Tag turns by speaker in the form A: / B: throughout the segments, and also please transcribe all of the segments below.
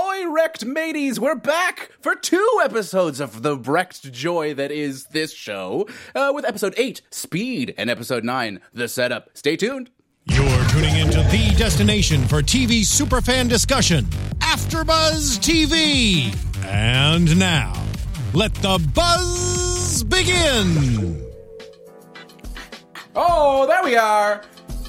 A: Correct, mateys. We're back for two episodes of the wrecked joy that is this show, uh, with episode eight, Speed, and episode nine, The Setup. Stay tuned.
B: You're tuning into the destination for TV superfan discussion, AfterBuzz TV. And now, let the buzz begin.
A: Oh, there we are.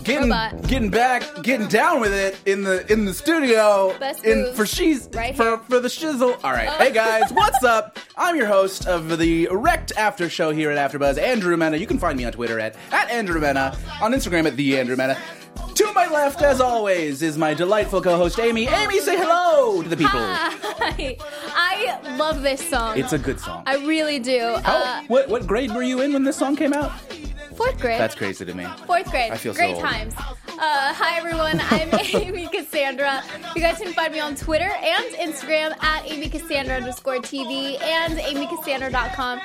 A: Getting,
C: Robot.
A: getting back, getting down with it in the in the studio,
C: Best
A: in,
C: moves.
A: for she's
C: Right
A: for
C: here. Oh.
A: for the shizzle. All right, hey guys, what's up? I'm your host of the Wrecked After Show here at AfterBuzz, Andrew Mena. You can find me on Twitter at at Andrew Mena, on Instagram at the Andrew Mena. To my left, as always, is my delightful co-host Amy. Amy, say hello to the people.
C: Hi. I love this song.
A: It's Oh. a good song.
C: I really do.
A: How,
C: Uh,
A: what what grade were you in when this song came out?
C: fourth grade.
A: That's crazy to me.
C: Fourth grade.
A: I feel so
C: Great
A: old.
C: times. Uh, hi, everyone. I'm Amy Cassandra. You guys can find me on Twitter and Instagram at Amy Cassandra underscore TV and AmyCassandra.com.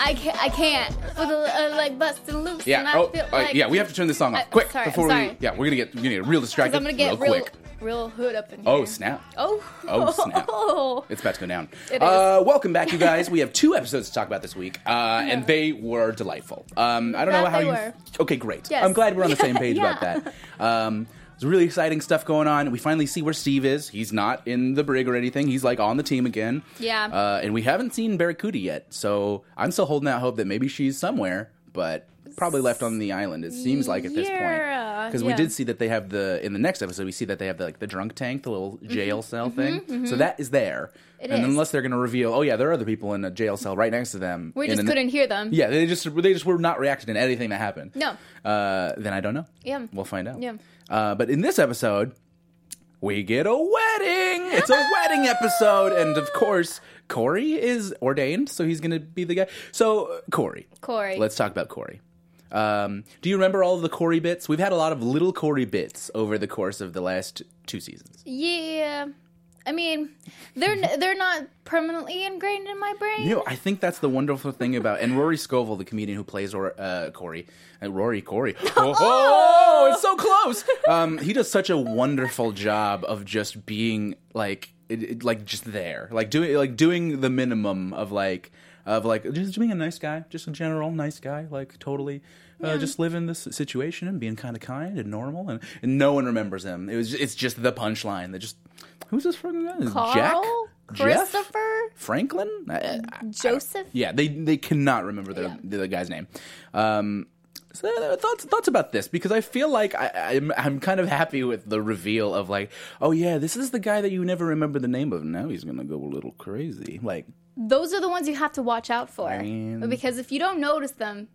C: I can't, I can't. With a, a, like busting loose. And
A: Yeah.
C: I
A: Oh,
C: feel
A: uh,
C: like,
A: yeah. We have to turn this song off
C: I-
A: quick
C: sorry, I'm
A: before we.
C: sorry.
A: Yeah, we're gonna get we're gonna get real distracted.
C: Because I'm going to get
A: real
C: real,
A: quick.
C: real hood up in here.
A: Oh snap!
C: Oh.
A: Oh snap! It's about to go down.
C: It
A: Uh, welcome back, you guys. We have two episodes to talk about this week, uh, and they were delightful. Um, I don't know
C: Glad
A: how
C: they
A: you.
C: were.
A: Okay, great.
C: Yes.
A: I'm glad we're on the same page about
C: Yeah.
A: that. Um, there's really exciting stuff going on. We finally see where Steve is. He's not in the brig or anything. He's like on the team again.
C: Yeah.
A: Uh, and we haven't seen Barracuda yet, so I'm still holding out hope that maybe she's somewhere, but probably left on the island. It seems like at this
C: Yeah,
A: point because we
C: yeah.
A: did see that they have the in the next episode we see that they have the, like the drunk tank, the little jail cell thing. So that is there.
C: Mm-hmm. It
A: and
C: is.
A: unless they're going to reveal, oh yeah, there are other people in a jail cell right next to them.
C: We
A: in
C: just
A: the ne-
C: couldn't hear them.
A: yeah, they just they just were not reacting to anything that happened.
C: No.
A: Uh, then I don't know.
C: Yeah.
A: We'll find out.
C: Yeah.
A: Uh, but in this episode, we get a wedding. It's a wedding episode, and of course, Corey is ordained, so he's going to be the guy. So Corey.
C: Corey.
A: Let's talk about Corey. Um, do you remember all of the Corey bits? We've had a lot of little Corey bits over the course of the last two seasons.
C: Yeah. I mean, they're they're not permanently ingrained in my brain.
A: You know, I think that's the wonderful thing about and Rory Scovel, the comedian who plays or, uh, Corey, uh, Rory Corey. Oh, it's so close. Um, he does such a wonderful job of just being like, it, it- like just there, like doing, like doing the minimum of like, of like just being a nice guy, just a general nice guy, like totally. Uh, just living this situation and being kind of kind and normal, and, and no one remembers him. It was it's just the punchline that just who's this fucking guy? Is it Jack,
C: Carl,
A: Jeff?
C: Christopher,
A: Franklin? I- I-
C: Um, Joseph.
A: yeah, they they cannot remember the the guy's name. Um, so uh, thoughts thoughts about this because I feel like I, I'm I'm kind of happy with the reveal of like, oh yeah, this is the guy that you never remember the name of. Now he's gonna go a little crazy. Like,
C: Those are the ones you have to watch out for
A: mean-
C: because if you don't notice them,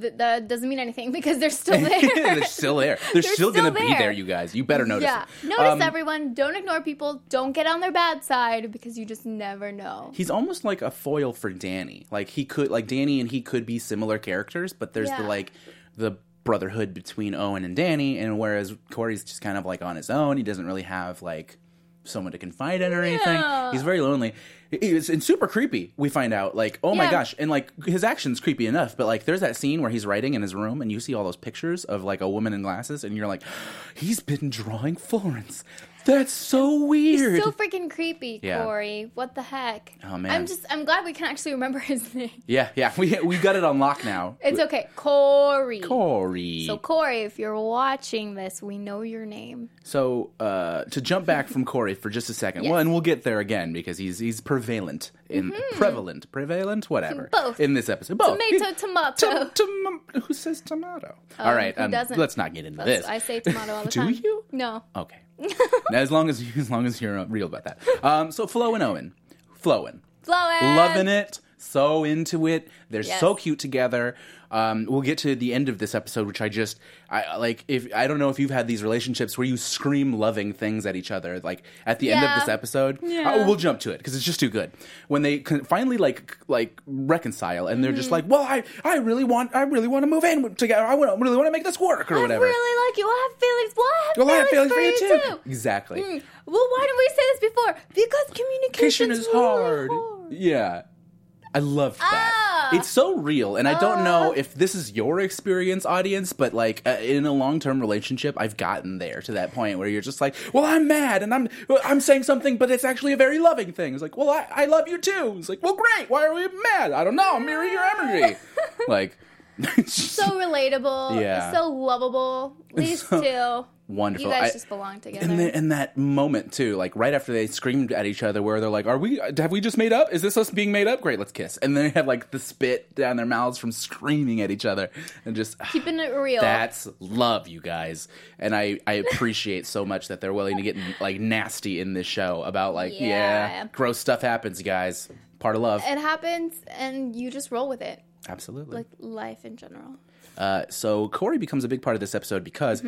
C: th- that doesn't mean anything because they're still there.
A: they're still there. They're, still,
C: still
A: gonna be
C: there.
A: there. You guys, you better notice.
C: yeah.
A: it.
C: Notice
A: Um,
C: everyone. Don't ignore people. Don't get on their bad side because you just never know.
A: He's almost like a foil for Danny. Like he could, like Danny and he could be similar characters, but there's the
C: Yeah.
A: like the brotherhood between Owen and Danny, and whereas Corey's just kind of like on his own. He doesn't really have like someone to confide in or anything.
C: Yeah.
A: He's very lonely. It's and super creepy. We find out like, oh my
C: Yeah.
A: gosh, and like his actions creepy enough, but like there's that scene where he's writing in his room and you see all those pictures of like a woman in glasses, and you're like, he's been drawing Florence. That's so weird.
C: so freaking creepy,
A: Yeah.
C: Corey. What the heck?
A: Oh, man.
C: I'm just. I'm glad we can actually remember his name.
A: yeah, yeah, we we got it on lock now.
C: It's okay, Corey.
A: Corey.
C: So, Corey, if you're watching this, we know your name.
A: So uh, to jump back from Corey for just a second,
C: Yes.
A: well, and we'll get there again because he's he's prevalent in prevalent, prevalent, whatever.
C: Mm-hmm. Both.
A: in this episode, both
C: Tomato,
A: He-
C: tomato.
A: Tom- tom- who says tomato? All right, um,
C: who doesn't?
A: let's not get into
C: That's-
A: this.
C: I say tomato all the
A: Do
C: time.
A: you? Uh,
C: No.
A: Okay. Now, as long as you, as long as you're real about that. Um, so Flo and Owen, Flowin,
C: Flowers.
A: loving it, so into it. They're
C: Yes.
A: so cute together. Um, we'll get to the end of this episode, which I just I like. If I don't know if you've had these relationships where you scream loving things at each other, like at the end of
C: Yeah.
A: this episode.
C: Yeah.
A: Uh, we'll jump to it because it's just too good. When they con- finally like c- like reconcile and they're
C: Mm-hmm.
A: just like, well, I I really want I really want to move in together. I want really want to make this work or
C: I
A: whatever.
C: really like you. I have feelings. Well, I have,
A: Well, I have
C: feelings,
A: feelings
C: for,
A: for you
C: you,
A: too. Exactly.
C: Mm. Well, why didn't we say this before? Because
A: Communication
C: communication Ah.
A: is hard. Yeah, I love that. It's so real, and I don't know if this is your experience, audience, but like uh, in a long-term relationship, I've gotten there to that point where you're just like, "Well, I'm mad, and I'm I'm saying something, but it's actually a very loving thing." It's like, "Well, I, I love you too." It's like, "Well, great. Why are we mad? I don't know. Mirror your energy." like,
C: so relatable.
A: Yeah.
C: So lovable. These two.
A: wonderful.
C: You guys
A: I-
C: just belong together.
A: and then, and that moment too, like right after they screamed at each other, where they're like, "Are we? Have we just made up? Is this us being made up? Great, let's kiss." And then they had like the spit down their mouths from screaming at each other, and just
C: Keeping it real.
A: that's love, you guys. And I I appreciate so much that they're willing to get like nasty in this show about like yeah,
C: Yeah.
A: gross stuff happens, guys. Part of love,
C: it happens, and you just roll with it.
A: absolutely.
C: Like life in general.
A: Uh, so Corey becomes a big part of this episode because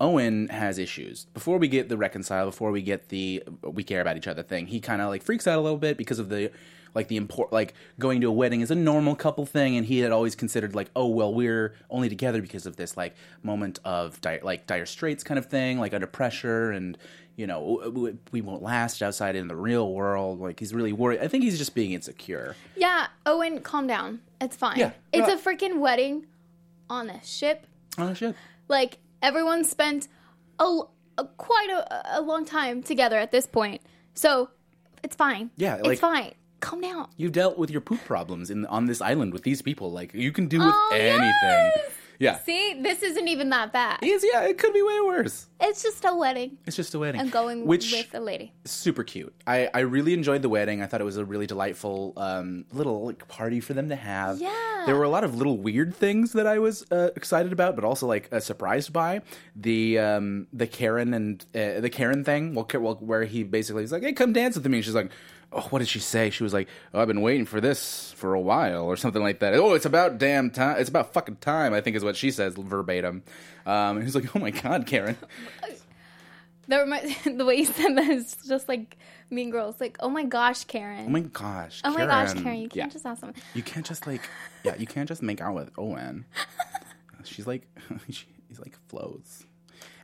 A: Owen has issues. Before we get the reconcile, before we get the we care about each other thing, he kind of like freaks out a little bit because of the like the import like going to a wedding is a normal couple thing, and he had always considered like oh well we're only together because of this like moment of di- like dire straits kind of thing, like under pressure and. You know, w- w- we won't last outside in the real world. Like, he's really worried. I think he's just being insecure.
C: Yeah, Owen, calm down. It's fine.
A: Yeah,
C: It's
A: yeah.
C: a freaking wedding on a ship.
A: Oh, shit.
C: Like everyone spent a, l- a- quite a, a long time together at this point, so it's fine.
A: Yeah,
C: it's
A: like-
C: fine. Calm down.
A: you dealt with your poop problems in on this island with these people. Like you can do with
C: Oh,
A: anything.
C: yes!
A: Yeah.
C: See, this isn't even that bad.
A: Yes, yeah, it could be way worse.
C: It's just a wedding.
A: It's just a wedding.
C: I'm going
A: Which
C: with a lady.
A: is super cute. I, I really enjoyed the wedding. I thought it was a really delightful um, little like party for them to have.
C: Yeah.
A: There were a lot of little weird things that I was uh, excited about, but also like uh, surprised by the um, the Karen and uh, the Karen thing. Well, Ka- well, where he basically was like, "Hey, come dance with me," and she's like. Oh, what did she say? She was like, "Oh, I've been waiting for this for a while," or something like that. Oh, it's about damn time. It's about fucking time. I think is what she says verbatim. Um, and he's like, "Oh my god, Karen."
C: That remi- the way you said that is just like Mean Girls. Like, oh my gosh, Karen.
A: Oh my gosh.
C: Oh my gosh, Karen. You can't
A: Yeah.
C: just ask someone.
A: You can't just like, yeah, you can't just make out with Owen. She's like, she, he's like flows.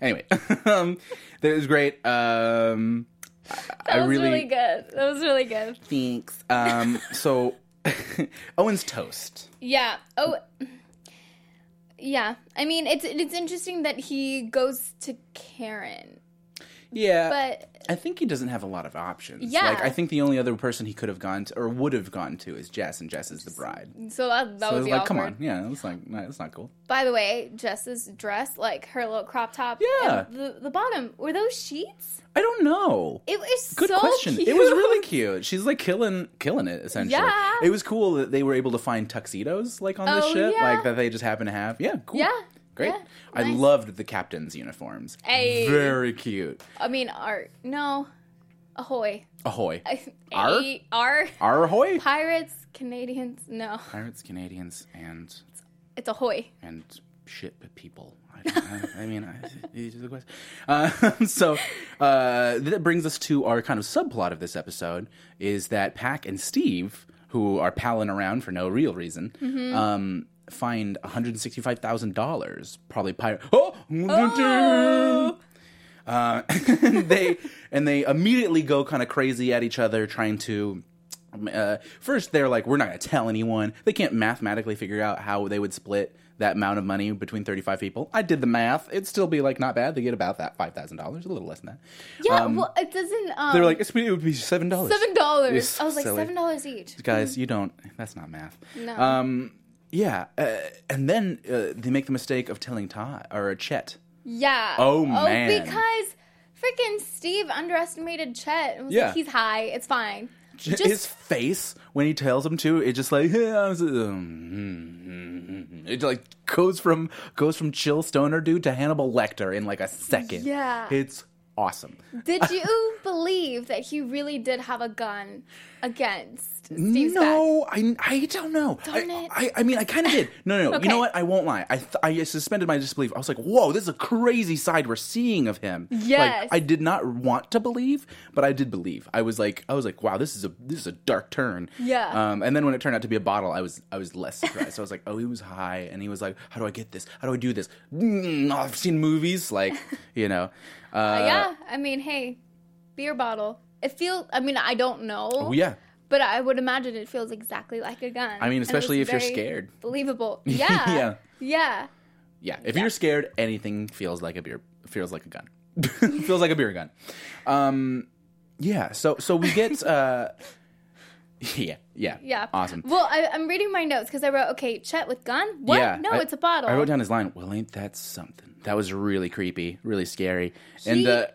A: Anyway, um, that was great. Um,
C: That
A: I
C: was
A: really-
C: really... good. That was really good.
A: thanks. Um, so Owen's toast.
C: Yeah. Oh. Yeah. I mean, it's it's interesting that he goes to Karen,
A: Yeah,
C: but
A: I think he doesn't have a lot of options.
C: Yeah.
A: like I think the only other person he could have gone to or would have gone to is Jess, and Jess is the bride.
C: so that, that
A: So
C: would
A: it's
C: be
A: like,
C: awkward.
A: come on, yeah, it's like nah, that's not cool.
C: By the way, Jess's dress, like her little crop top,
A: Yeah.
C: and the the bottom were those sheets.
A: I don't know.
C: It was
A: Good
C: so
A: question.
C: Cute.
A: It was really cute. She's like killing killing it essentially.
C: Yeah.
A: It was cool that they were able to find tuxedos like on the
C: Oh,
A: ship,
C: yeah.
A: like that they just happen to have. Yeah, cool.
C: Yeah,
A: Great.
C: yeah,
A: I
C: nice.
A: loved the captain's uniforms.
C: Ay.
A: Very cute.
C: I mean, art. No, ahoy.
A: Ahoy. Ar?
C: Ar? Ar?
A: Our ahoy.
C: Pirates, Canadians. No,
A: Pirates, Canadians, and
C: it's ahoy.
A: and ship people. I, don't, I, I mean, I, these are the question. Uh, so uh, that brings us to our kind of subplot of this episode is that Pack and Steve, who are palling around for no real reason, um, find one hundred sixty-five thousand dollars, probably pirate. Oh, Uh, and they and they immediately go kind of crazy at each other, trying to uh, first they're like we're not going to tell anyone they can't mathematically figure out how they would split that amount of money between 35 people i did the math it'd still be like not bad they get about that $5000 a little less than that
C: Yeah, well, it doesn't. Um,
A: they're like it's, it would be $7
C: seven dollars.
A: It's
C: I was like
A: silly.
C: seven dollars each.
A: guys you don't that's not math
C: No.
A: um, yeah uh, and then uh, they make the mistake of telling todd or chet
C: Yeah.
A: Oh, man.
C: Because freaking Steve underestimated Chet and was
A: Yeah.
C: like, "He's high. It's fine." Just
A: his face when he tells him to it's just like "Yeah, I was, um, mm, mm, mm." it like goes from goes from chill stoner dude to Hannibal Lecter in like a second.
C: Yeah.
A: it's awesome.
C: did you believe that he really did have a gun against Steve's back?
A: no, I, I don't know.
C: Darn
A: I,
C: it.
A: I I mean I kind of did. No, no, no. You
C: Okay.
A: know what? I won't lie. I th- I suspended my disbelief. I was like, whoa, this is a crazy side we're seeing of him.
C: Yes.
A: Like, I did not want to believe, but I did believe. I was like, I was like, wow, this is a this is a dark turn.
C: Yeah.
A: Um, and then when it turned out to be a bottle, I was I was less surprised. I was like, oh, he was high, and he was like, how do I get this? How do I do this? Mm, I've seen movies, like you know. Uh,
C: yeah. I mean, hey, beer bottle. It feels. I mean, I don't know.
A: Oh yeah.
C: But I would imagine it feels exactly like a gun.
A: I mean,
C: And it
A: especially
C: was
A: if you're
C: very
A: scared.
C: Believable. Yeah.
A: Yeah.
C: Yeah.
A: Yeah, if you're scared, anything feels like a beer feels like a gun. feels like a beer gun. Um yeah, so so we get uh yeah, yeah.
C: Yeah.
A: Awesome.
C: Well, I, I'm reading my notes because I wrote, okay, Chet with gun? What?
A: Yeah,
C: no,
A: I-
C: it's a bottle.
A: I wrote down his line, "Well, ain't that something?" That was really creepy, really scary. and
C: He-
A: uh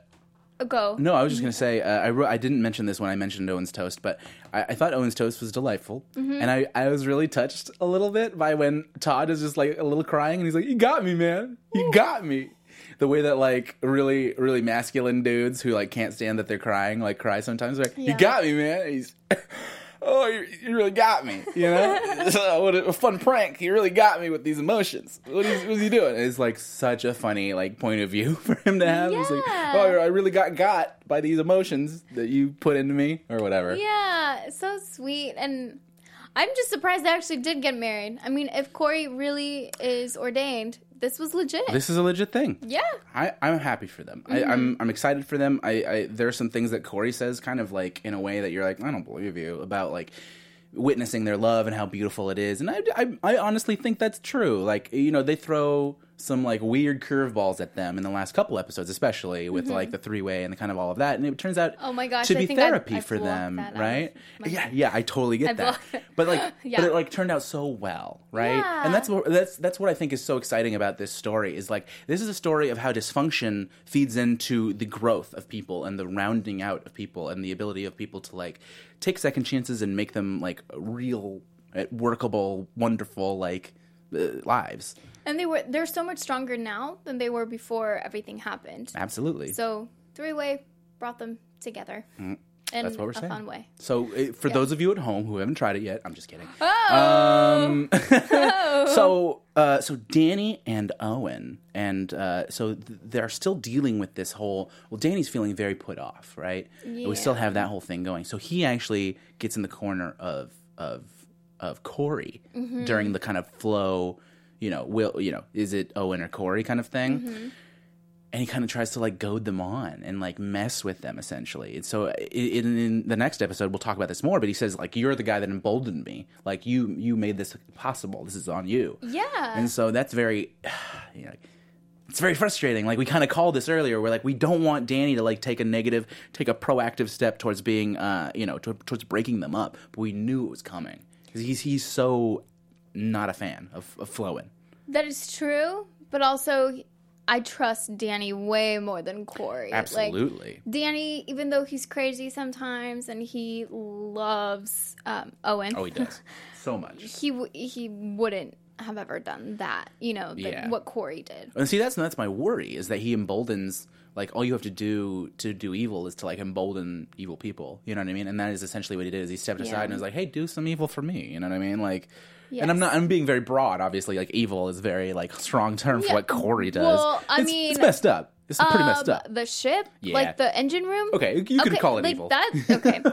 C: Go.
A: no, I was just gonna say, uh, I wrote, I didn't mention this when I mentioned Owen's toast, but I, I thought Owen's toast was delightful, and I, I was really touched a little bit by when Todd is just like a little crying, and he's like, "You got me, man. You got me." The way that like really really masculine dudes who like can't stand that they're crying like cry sometimes like you
C: Yeah.
A: got me man And he's oh you, you really got me you know So, what a, a fun prank he really got me with these emotions what is, what is he doing And it's like such a funny like point of view for him to have He's like,
C: Yeah.
A: oh I really got got by these emotions that you put into me or whatever.
C: Yeah, so sweet. And I'm just surprised they actually did get married. I mean, if Corey really is ordained, this was legit.
A: This is a legit thing.
C: yeah.
A: I, I'm happy for them. I,
C: Mm-hmm.
A: I'm I'm excited for them. I, I there are some things that Corey says, kind of like in a way that you're like, I don't believe you about like witnessing their love and how beautiful it is. And I, I, I honestly think that's true. Like you know, they throw some like weird curveballs at them in the last couple episodes, especially with like the three way and the kind of all of that. And it turns out
C: Mm-hmm. Oh my gosh,
A: to
C: I
A: be
C: think I-
A: therapy
C: I
A: for
C: blocked
A: them,
C: that out of
A: right?
C: my
A: Yeah, yeah, I totally get
C: I
A: that.
C: blocked-
A: But like,
C: Yeah.
A: but it like turned out so well, right?
C: Yeah.
A: And that's what that's that's what I think is so exciting about this story is like this is a story of how dysfunction feeds into the growth of people and the rounding out of people and the ability of people to like take second chances and make them like real, uh, workable, wonderful like uh, lives.
C: And they were they're so much stronger now than they were before everything happened.
A: Absolutely.
C: So three way brought them together. In
A: Mm. That's what we're
C: a
A: saying.
C: fun way.
A: So, uh, for those of you at home who haven't tried it yet, I'm just kidding. Um,
C: Oh,
A: So, uh, so Danny and Owen, and uh, so th- they're still dealing with this whole. Well, Danny's feeling very put off, right? We still have that whole thing going. So he actually gets in the corner of of of Corey during the kind of flow, you know, will you know, is it Owen or Corey kind of thing and he kind of tries to like goad them on and like mess with them essentially. And so i- in, in the next episode, we'll talk about this more. But he says like, "You're the guy that emboldened me. Like you, you made this possible. This is on you."
C: yeah.
A: And so that's very, you know, it's very frustrating. Like we kind of called this earlier. We're like, we don't want Danny to like take a negative, take a proactive step towards being, uh, you know, tw- towards breaking them up. But we knew it was coming because he's he's so not a fan of, of flowing.
C: That is true, but also I trust Danny way more than Corey. Like,
A: Absolutely.
C: Danny, even though he's crazy sometimes and he loves um, Owen,
A: oh, he does so much.
C: he w- he wouldn't have ever done that. You know, the,
A: Yeah.
C: what Corey did.
A: And see, that's that's my worry is that he emboldens like all you have to do to do evil is to like embolden evil people. You know what I mean? And that is essentially what he did. Is he stepped aside and was like, "Hey, do some evil for me." You know what I mean? Like, and I'm
C: Yes.
A: not. I'm being very broad. Obviously, like evil is very like strong term for
C: Yeah.
A: what Corey does.
C: Well,
A: it's,
C: I
A: it's
C: mean,
A: messed up. It's pretty messed
C: Um,
A: up.
C: The ship,
A: Yeah.
C: like the engine room.
A: Okay, you could
C: Okay,
A: call it
C: like
A: evil.
C: That okay.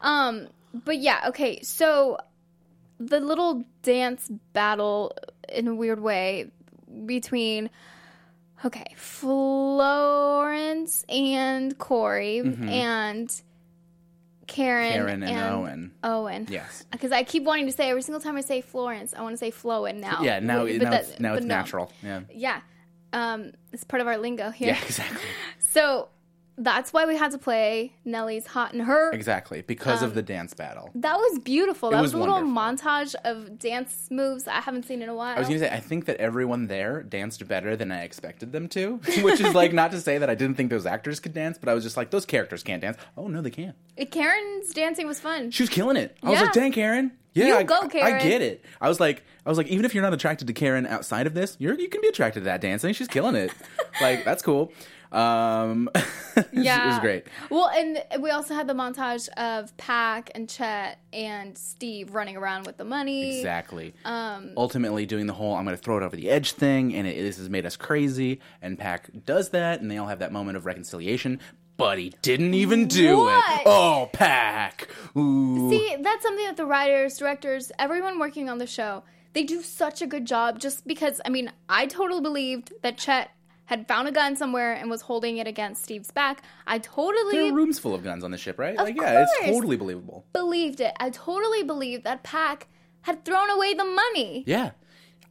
C: um, but yeah, okay. So the little dance battle, in a weird way, between okay Florence and Corey and Karen,
A: Mm-hmm. Karen and, Owen.
C: Owen.
A: Yes.
C: Because I keep wanting to say every single time I say Florence, I want to say Flowen now.
A: Yeah. Now,
C: Oh, But
A: now
C: that-
A: it's, now
C: but
A: it's
C: no.
A: natural. Yeah.
C: Yeah. Um, it's part of our lingo here.
A: Yeah. Exactly.
C: So that's why we had to play Nellie's Hot and Her.
A: Exactly. Because
C: Um,
A: of the dance battle.
C: That was beautiful. That
A: was
C: was, a little
A: wonderful.
C: montage of dance moves I haven't seen in a while.
A: I was gonna say, I think that everyone there danced better than I expected them to, which is like not to say that I didn't think those actors could dance, but I was just like, those characters can't dance. Oh no, they can.
C: Karen's dancing was fun.
A: She was killing it. I was
C: Yeah.
A: like, dang, Karen. Yeah,
C: You
A: I,
C: go,
A: I- I
C: Karen.
A: get it. I was like, I was like, even if you're not attracted to Karen outside of this, you're you can be attracted to that dancing. She's killing it. like that's cool. Um, it was
C: Yeah.
A: great.
C: Well, and we also had the montage of Pac and Chet and Steve running around with the money.
A: Exactly. Um, Ultimately, doing the whole "I'm going to throw it over the edge" thing, and it, this has made us crazy. And Pac does that, and they all have that moment of reconciliation. But he didn't even do it.
C: What?
A: Oh, Pac! Ooh.
C: See, that's something that the writers, directors, everyone working on the show, they do such a good job just because I mean, I totally believed that Chet had found a gun somewhere and was holding it against Steve's back. I totally
A: There are rooms full of guns on the ship, right?
C: Of
A: like, yeah,
C: course.
A: it's totally believable.
C: believed it. I totally believed that Pack had thrown away the money.
A: Yeah,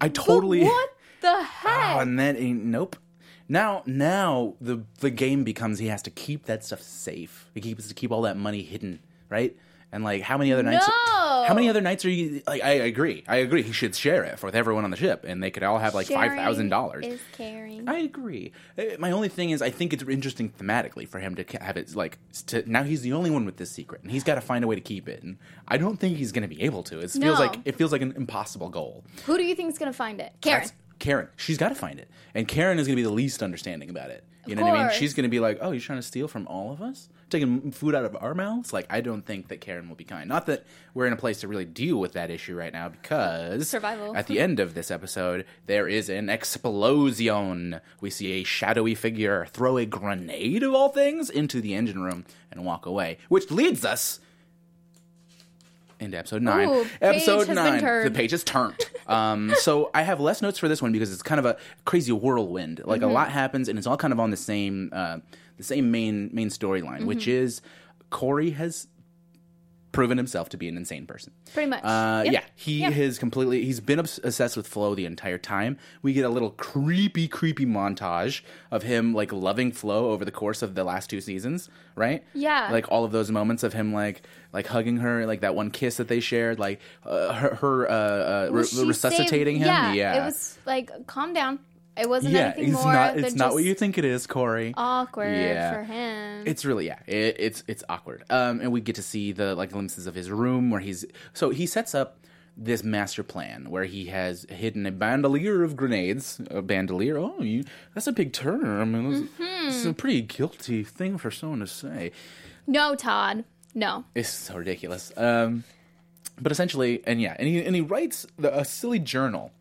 A: I totally.
C: But what the heck?
A: Oh, and then eh, nope. Now, now the the game becomes he has to keep that stuff safe. He keeps to keep all that money hidden, right? And like, how many other nights?
C: No.
A: How many other nights are you? Like, I agree. I agree. He should share it with everyone on the ship, and they could all have like
C: Sharing
A: five thousand dollars.
C: Is caring.
A: I agree. Eh, My only thing is, I think it's interesting thematically for him to ca- have it like s- to, now he's the only one with this secret, and he's got to find a way to keep it. And I don't think he's going to be able to. It feels
C: No.
A: like it feels like an impossible goal.
C: Who do you think is gonna find it? Karen.
A: That's Karen. She's got to find it, and Karen is going to be the least understanding about it. You know what I mean?
C: course.
A: She's going to be like, "Oh, you're trying to steal from all of us, taking food out of our mouths." Like, I don't think that Karen will be kind. Not that we're in a place to really deal with that issue right now, because
C: Survival.
A: At the end of this episode, there is an explosion. We see a shadowy figure throw a grenade of all things into the engine room and walk away, which leads us into episode nine.
C: Ooh, page has
A: episode
C: been
A: nine. The
C: turned.
A: page is turned. Um, so I have less notes for this one because it's kind of a crazy whirlwind. Like
C: Mm-hmm.
A: a lot happens, and it's all kind of on the same uh, the same main main storyline, which
C: Mm-hmm.
A: is Corey has proven himself to be an insane person.
C: Pretty much.
A: Uh,
C: Yep.
A: Yeah, he has completely. He's been obs- obsessed with Flo the entire time. We get a little creepy, creepy montage of him like loving Flo over the course of the last two seasons, right?
C: Yeah.
A: like all of those moments of him like like hugging her, like that one kiss that they shared, like uh, her, her uh, uh, re-
C: Well, she
A: resuscitating
C: saved-
A: him. Yeah,
C: It was like calm down. It wasn't
A: yeah.
C: anything
A: It's
C: more
A: not.
C: than
A: It's not what
C: just
A: you think it is, Corey.
C: awkward
A: Yeah.
C: for him.
A: It's really yeah. It, it's it's awkward. Um, and we get to see the like glimpses of his room where he's so he sets up this master plan where he has hidden a bandolier of grenades. A bandolier. Oh, you, that's a big term. I mean, it's, it's a pretty guilty thing for someone to say.
C: no, Todd. No.
A: It's so ridiculous. Um, but essentially, and yeah, and he and he writes the, a silly journal.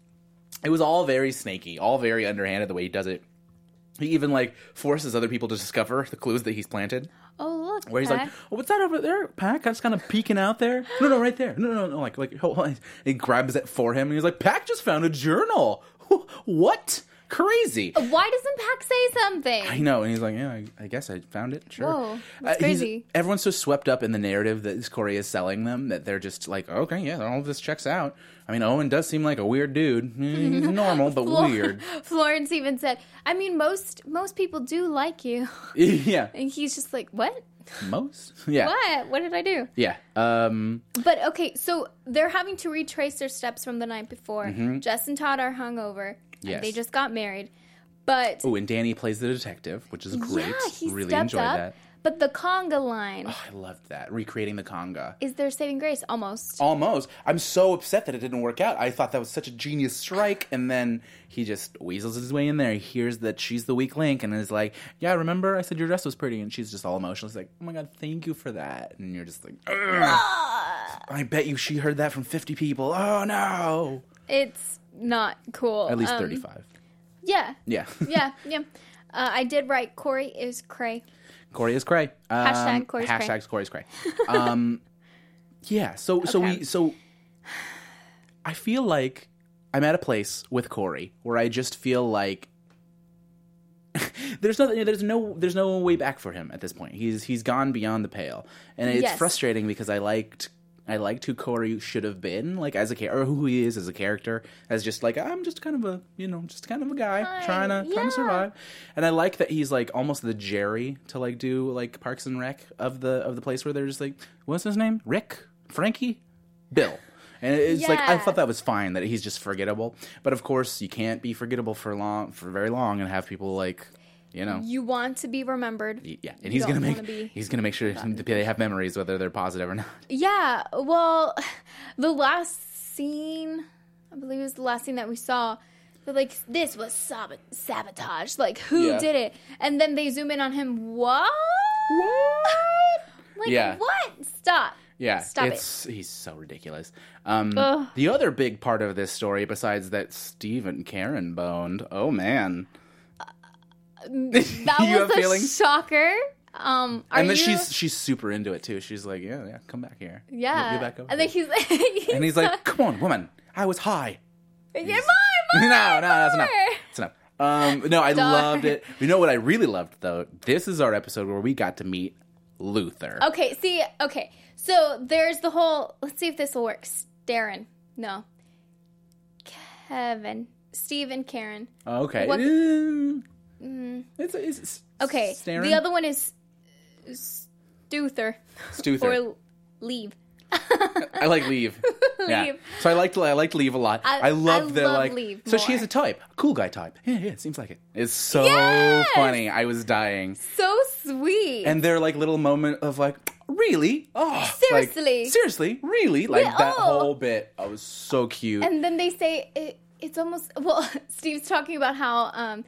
A: It was all very snaky, all very underhanded the way he does it. He even like forces other people to discover the clues that he's planted.
C: Oh look.
A: Where he's like,
C: Pat.
A: oh, what's that over there, Pack? That's kind of peeking out there. No, no, right there. No, no, no. Like, like, hold on. He grabs it for him, and he's like, Pack just found a journal. What? Crazy.
C: why doesn't Pac say something?
A: I know. And he's like, yeah, I, I guess I found it. Sure. Uh,
C: Whoa, that's
A: he's-
C: crazy.
A: Everyone's so swept up in the narrative that Corey is selling them that they're just like, okay, yeah, all of this checks out. I mean, Owen does seem like a weird dude. Mm, He's normal, but
C: Flor-
A: weird.
C: Florence even said, "I mean, most most people do like you,"
A: yeah.
C: and he's just like, "What?
A: Most? Yeah.
C: What? What did I do?"
A: Yeah. Um,
C: But okay, so they're having to retrace their steps from the night before. Jess and Todd are hungover. and
A: Mm-hmm. Yes.
C: they just got married, but
A: oh, and Danny plays the detective, which is great.
C: yeah, he
A: really
C: stepped
A: enjoyed
C: up.
A: that. Oh.
C: But the conga line
A: I loved that. Recreating the conga.
C: is their saving grace almost.
A: Almost. I'm so upset that it didn't work out. I thought that was such a genius strike, and then he just weasels his way in there. He hears that she's the weak link and is like, Yeah, remember I said your dress was pretty? And she's just all emotional. She's like, Oh my God, thank you for that. And you're just like, "Ugh." I bet you she heard that from 50 people. Oh no.
C: It's not cool.
A: At least
C: Um,
A: 35.
C: Yeah.
A: Yeah.
C: Yeah. Yeah. Uh, I did write Corey is cray.
A: Corey is cray. Um,
C: Hashtag Corey's cray.
A: hashtags Corey's cray. Um, yeah. So so
C: Okay.
A: we so I feel like I'm at a place with Corey where I just feel like there's nothing. There's no. There's no way back for him at this point. He's he's gone beyond the pale, and it's
C: Yes.
A: frustrating because I liked. I liked who Corey should have been, like as a character, or who he is as a character, as just like I'm just kind of a, you know, just kind of a guy trying to trying
C: yeah.
A: to survive. And I like that he's like almost the Jerry to like do like Parks and Rec of the of the place where they're just like, what's his name? Rick, Frankie, Bill. And it's like I
C: Yeah.
A: thought that was fine that he's just forgettable. But of course, you can't be forgettable for long for very long and have people like, you know,
C: You want to be remembered.
A: yeah. And he's
C: don't
A: gonna make
C: wanna be
A: he's gonna make sure that they have memories whether they're positive or not.
C: Yeah, well, the last scene, I believe it was the last scene that we saw, they're like, this was sab- sabotage. Like, who
A: Yeah.
C: did it? And then they zoom in on him. What? like,
A: Yeah.
C: what? Stop.
A: Yeah,
C: Stop it.
A: it's he's so ridiculous. Um, the other big part of this story, besides that Steve and Karen boned, oh man,
C: That
A: You
C: was
A: have
C: a
A: feelings?
C: shocker. Um, are
A: and then
C: you-
A: she's she's super into it too. She's like, yeah, yeah, come back here, Get-
C: yeah.
A: get back over
C: and then
A: here."
C: he's, he's
A: and he's like, come on, woman, I was high.
C: yeah, mine,
A: no,
C: mine,
A: no, that's enough.
C: more.
A: That's enough. Um, no, I
C: Darn.
A: loved it. You know what I really loved though? This is our episode where we got to meet Luther.
C: Okay, see, okay. So there's the whole. Let's see if this will work. Darren, no. Kevin, Steve, and Karen.
A: Okay.
C: Oh, What-
A: Mm. It's, it's, it's
C: Okay,
A: Staring.
C: the other one is Stuther
A: Stuther.
C: or Leave.
A: I like leave. Yeah.
C: Leave.
A: So I liked I liked leave a lot.
C: I-
A: I, love
C: I
A: the
C: love
A: like.
C: Leave
A: so she has
C: more.
A: a type, cool guy type. Yeah, yeah. Seems like it. It's so
C: Yes!
A: funny. I was dying.
C: So sweet.
A: and their like little moment of like really oh like,
C: Seriously.
A: seriously really like
C: Yeah,
A: that
C: oh.
A: whole bit i was so cute
C: And then they say it, it's almost well. Steve's talking about how um,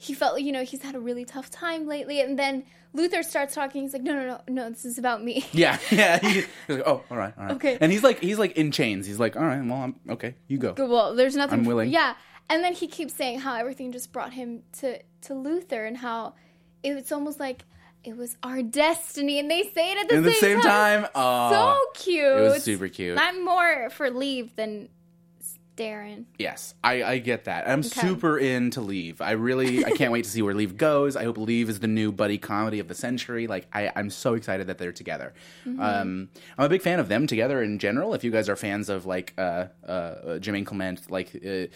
C: he felt, you know, he's had a really tough time lately. And then Luther starts talking. He's like, "No, no, no, no. This is about me."
A: yeah yeah he- he's like, oh all right all right
C: Okay.
A: and he's like he's like in chains he's like all right well i'm okay you go
C: Well, there's nothing.
A: I'm willing.
C: Yeah. And then he keeps saying how everything just brought him to to Luther, and how it's almost like it was our destiny. And they say it at the,
A: and at the same time,
C: So
A: oh
C: cute.
A: it was super cute
C: I'm more for leave than Darren.
A: yes i i get that i'm
C: Okay.
A: super into leave i really i can't wait to see where leave goes i hope leave is the new buddy comedy of the century like i i'm so excited that they're together um i'm a big fan of them together in general if you guys are fans of like uh uh, uh jim and clement like uh,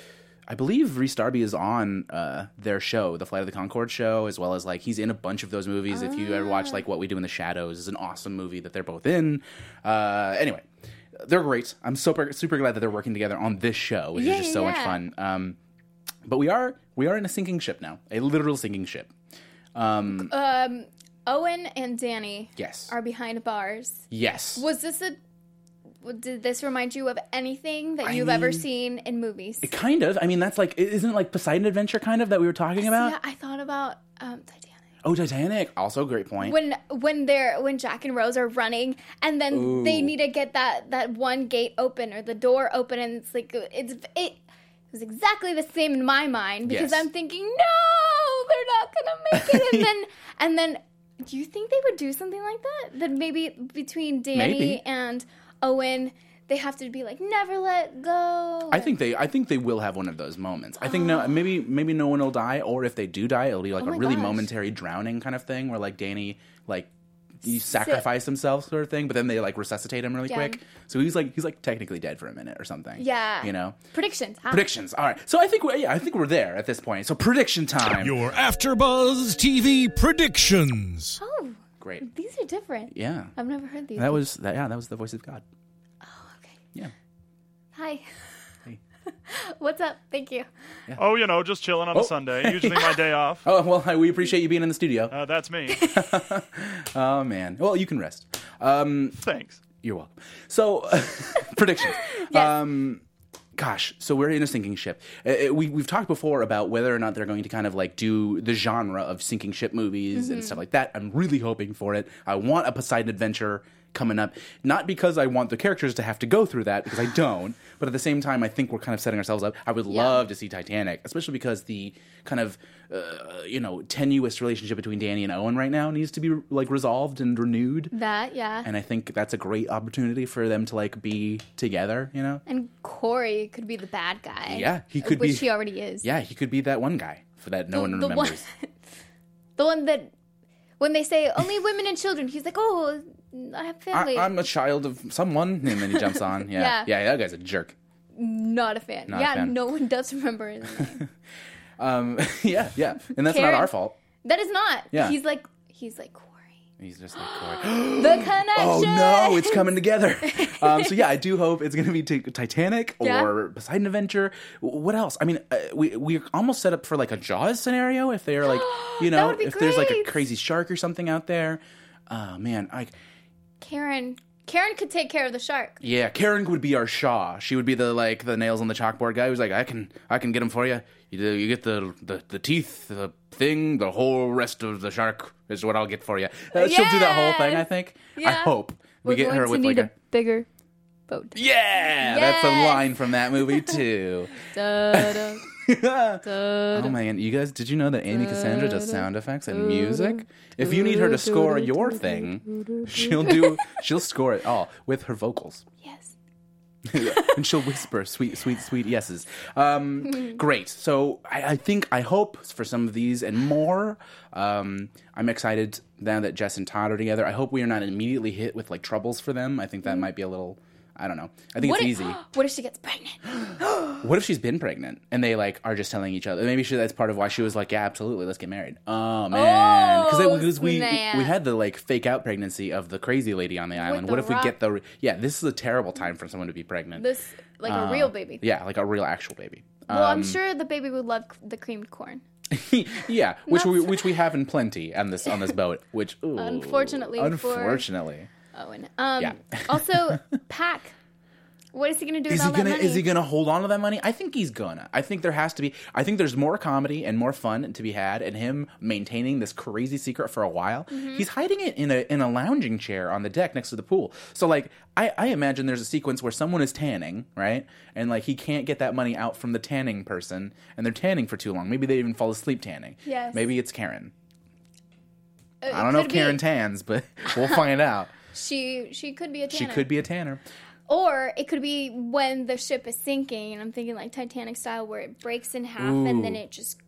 A: I believe Reese Darby is on uh, their show, the Flight of the Concord show, as well as like he's in a bunch of those movies. If you ever watch like What We Do in the Shadows, is an awesome movie that they're both in. Uh, anyway, they're great. I'm super super glad that they're working together on this show, which
C: Yeah,
A: is just
C: yeah,
A: so
C: yeah.
A: much fun. Um, but we are we are in a sinking ship now, a literal sinking ship.
C: Um, Owen and Danny
A: Yes,
C: are behind bars.
A: yes.
C: Was this a? Did this remind you of anything that
A: I
C: you've ever
A: mean-
C: seen in movies?
A: Kind of. I mean, that's like isn't it like Poseidon Adventure kind of that we were talking about?
C: yeah, I thought about um, Titanic.
A: Oh, Titanic. Also, a great point.
C: when when they're when Jack and Rose are running and then they need to get that that one gate open or the door open and it's like it's it was exactly the same in my mind because
A: Yes.
C: I'm thinking no they're not gonna make it and then and then do you think they would do something like that that maybe between Danny
A: Maybe.
C: and Owen they have to be like never let go
A: I think they I think they will have one of those moments. I think no maybe maybe no one will die or if they do die it'll be like
C: Oh. my
A: a really
C: gosh.
A: momentary drowning kind of thing where like Danny like you sacrifice himself sort of thing but then they like resuscitate him really
C: Yeah.
A: quick. So he's like he's like technically dead for a minute or something.
C: Yeah. Uh,
A: You know.
C: predictions huh?
A: Predictions. All right. So I think we yeah, I think we're there at this point. So prediction time.
B: Your AfterBuzz TV predictions.
C: oh
A: Great.
C: these are different
A: Yeah.
C: I've never heard these
A: That was that yeah, that was the voice of God.
C: Oh, okay
A: Yeah.
C: Hi.
A: Hey.
C: What's up? Thank you.
D: Oh, you know, just chilling on a Sunday. Usually my day off.
A: Oh, well, I, we appreciate you being in the studio.
D: Uh, that's me.
A: Oh man. Well, you can rest. Um
D: Thanks.
A: You're welcome. So, predictions.
C: Yes.
A: Um, gosh, so we're in a sinking ship. Uh, uh, we, we've talked before about whether or not they're going to kind of like do the genre of sinking ship movies and stuff like that. I'm really hoping for it. I want a Poseidon adventure coming up, not because I want the characters to have to go through that, because I don't, but at the same time, I think we're kind of setting ourselves up. I would love to see Titanic, especially because the kind of, uh, you know, tenuous relationship between Danny and Owen right now needs to be like resolved and renewed
C: That, yeah. And,
A: and I think that's a great opportunity for them to like be together. You know,
C: Corey could be the bad guy.
A: Yeah, he could
C: which
A: be-
C: he already is.
A: yeah, he could be that one guy for that no one
C: the
A: remembers.
C: one, the one that when they say only women and children, he's like, oh, I have family.
A: I, am a child of someone, and then he jumps on.
C: Yeah.
A: Yeah. yeah, that guy's a jerk.
C: not a fan.
A: Not a
C: yeah,
A: fan.
C: no one does remember his name.
A: Um, yeah, yeah, and that's
C: Karen.
A: not our fault.
C: that is not.
A: Yeah.
C: He's like, he's like Corey.
A: He's just like, Corey.
C: The connection.
A: oh no, it's coming together. Um, so yeah, I do hope it's going to be t- Titanic or
C: Yeah.
A: Poseidon Adventure. W- What else? I mean, uh, we we're almost set up for like a Jaws scenario if they're like, you know,
C: would be
A: if there's like a
C: great.
A: crazy shark or something out there. Oh man, I.
C: Karen. Karen could take care of the shark.
A: Yeah, Karen would be our Shaw. She would be the like the nails on the chalkboard guy who's like, I can I can get them for you. You do- you get the, the the teeth, the thing, the whole rest of the shark is what I'll get for you. Uh, She'll do that whole thing. I
C: Yes.
A: think. I
C: Yeah.
A: hope we
C: We're
A: get
C: going
A: her
C: to
A: with
C: need
A: like
C: a,
A: a.
C: bigger boat.
A: Yeah, that's a
C: Yes.
A: line from that movie too.
C: Da-da.
A: oh man, you guys, did you know that Amy Cassandra does sound effects and music? If you need her to score your thing, she'll do. She'll score it all with her vocals.
C: yes.
A: and she'll whisper sweet, sweet, sweet yeses. Um, great. So I, I think I hope for some of these and more. Um, I'm excited now that Jess and Todd are together. I hope we are not immediately hit with like troubles for them. I think that might be a little. I don't know. I think
C: Mm. What
A: it's
C: if,
A: easy.
C: what if she gets pregnant?
A: What if she's been pregnant and they like are just telling each other? Maybe she, that's part of why she was like, "Yeah, absolutely, let's get married." Oh man,
C: Oh,
A: because we, we
C: snap.
A: we had the like fake out pregnancy of the crazy lady on the island.
C: the
A: What if we
C: rock-
A: get the yeah? This is a terrible time for someone to be pregnant.
C: This like
A: Uh,
C: a real baby.
A: Yeah, um, like a real actual baby.
C: Well, I'm sure the baby would love c- the creamed corn.
A: yeah, which we which we have in plenty on this on this boat. Which ooh,
C: Unfortunately for-
A: unfortunately,
C: Owen. Um,
A: Yeah.
C: also, Pack. What is he gonna do with
A: is
C: all
A: he gonna
C: that money?
A: is he gonna hold on to that money? I think he's gonna. I think there has to be. I think there's more comedy and more fun to be had, and him maintaining this crazy secret for a while.
C: Mm-hmm.
A: He's hiding it in a in a lounging chair on the deck next to the pool. So like, I I imagine there's a sequence where someone is tanning, right, and like he can't get that money out from the tanning person, and they're tanning for too long. Maybe they even fall asleep tanning.
C: Yes.
A: Maybe it's Karen.
C: Uh, it
A: I don't know if
C: could be-
A: Karen tans, but we'll find out.
C: She she could be a
A: She
C: tanner.
A: could be a tanner.
C: Or it could be when the ship is sinking, and I'm thinking like Titanic style, where it breaks in half and then
A: Ooh.
C: it just.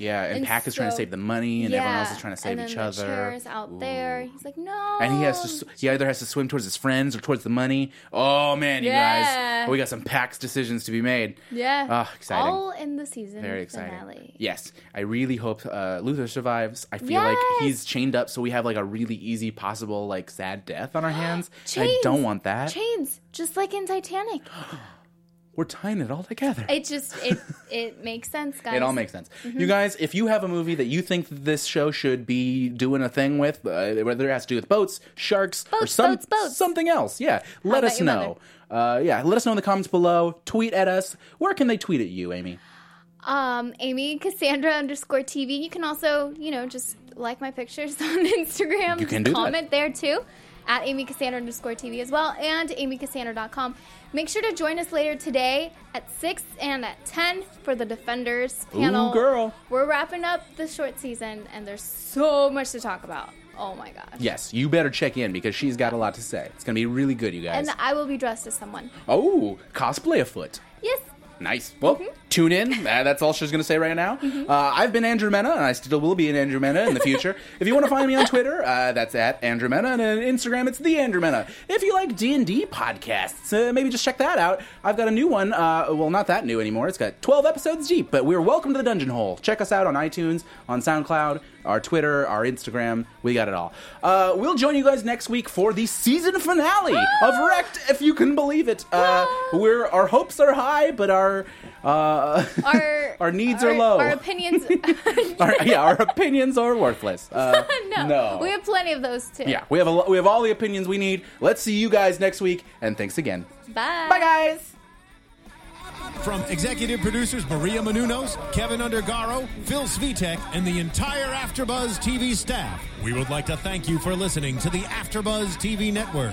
A: Yeah, and,
C: And
A: Pack is trying to
C: so-
A: save the money, and
C: yeah.
A: everyone else is trying to save
C: and then
A: each
C: the
A: other.
C: chair is out there. Oh. He's like, no.
A: and he has to s- he either has to swim towards his friends or towards the money. Oh man, you
C: Yeah.
A: guys, we got some packs decisions to be made.
C: Yeah.
A: Ah, exciting.
C: All in the season
A: Very exciting.
C: finale.
A: Yes, I really hope uh, Luther survives. I feel like
C: Yes.
A: he's chained up, so we have like a really easy possible like sad death on our hands.
C: Chains.
A: I don't want that.
C: Chains, just like in Titanic.
A: We're tying it all together.
C: It just it it makes sense, guys.
A: It all makes sense. You
C: Mm-hmm.
A: guys, if you have a movie that you think that this show should be doing a thing with, uh, whether it has to do with boats, sharks, or
C: Boats,
A: some,
C: boats, boats.
A: something else, yeah, let
C: about
A: us
C: your
A: know. Uh, yeah, let us know in the comments below. Tweet at us. Where can they tweet at you, Amy?
C: Um, Amy Cassandra underscore TV. You can also, you know, just like my pictures on Instagram.
A: You can
C: Just
A: do that.
C: comment there too. At Amy Cassandra underscore TV as well and amycassandra.com. Make sure to join us later today at 6 and at 10 for the Defenders panel.
A: girl.
C: We're wrapping up the short season and there's so much to talk about. Oh my gosh.
A: Yes, you better check in because she's got a lot to say. It's going to be really good, you guys.
C: And I will be dressed as someone.
A: oh, cosplay afoot.
C: Yes.
A: Nice. Well, tune in. Uh, that's all she's going to say right now. Uh, I've been Andrew Mena, and I still will be an Andrew Mena in the future. if you want to find me on Twitter, uh, that's at Andrew Mena, and on Instagram, it's the Andrew Mena. If you like D and D podcasts, uh, maybe just check that out. I've got a new one. Uh, well, not that new anymore. It's got 12 episodes deep, but we're welcome to the Dungeon Hole. Check us out on iTunes, on SoundCloud, our Twitter, our Instagram. We got it all. Uh, we'll join you guys next week for the season finale of Wrecked, if you can believe it. Uh, we're our hopes are high, but our uh,
C: Our
A: Our needs are low.
C: Our opinions
A: our, yeah, our opinions are worthless. Uh,
C: no,
A: no.
C: We have plenty of those too.
A: yeah, we have a, lo- we have all the opinions we need. Let's see you guys next week, and thanks again.
C: Bye.
A: Bye, guys.
B: From executive producers Maria Manunos, Kevin Undergaro, Phil Svitek, and the entire AfterBuzz TV staff, we would like to thank you for listening to the AfterBuzz TV network.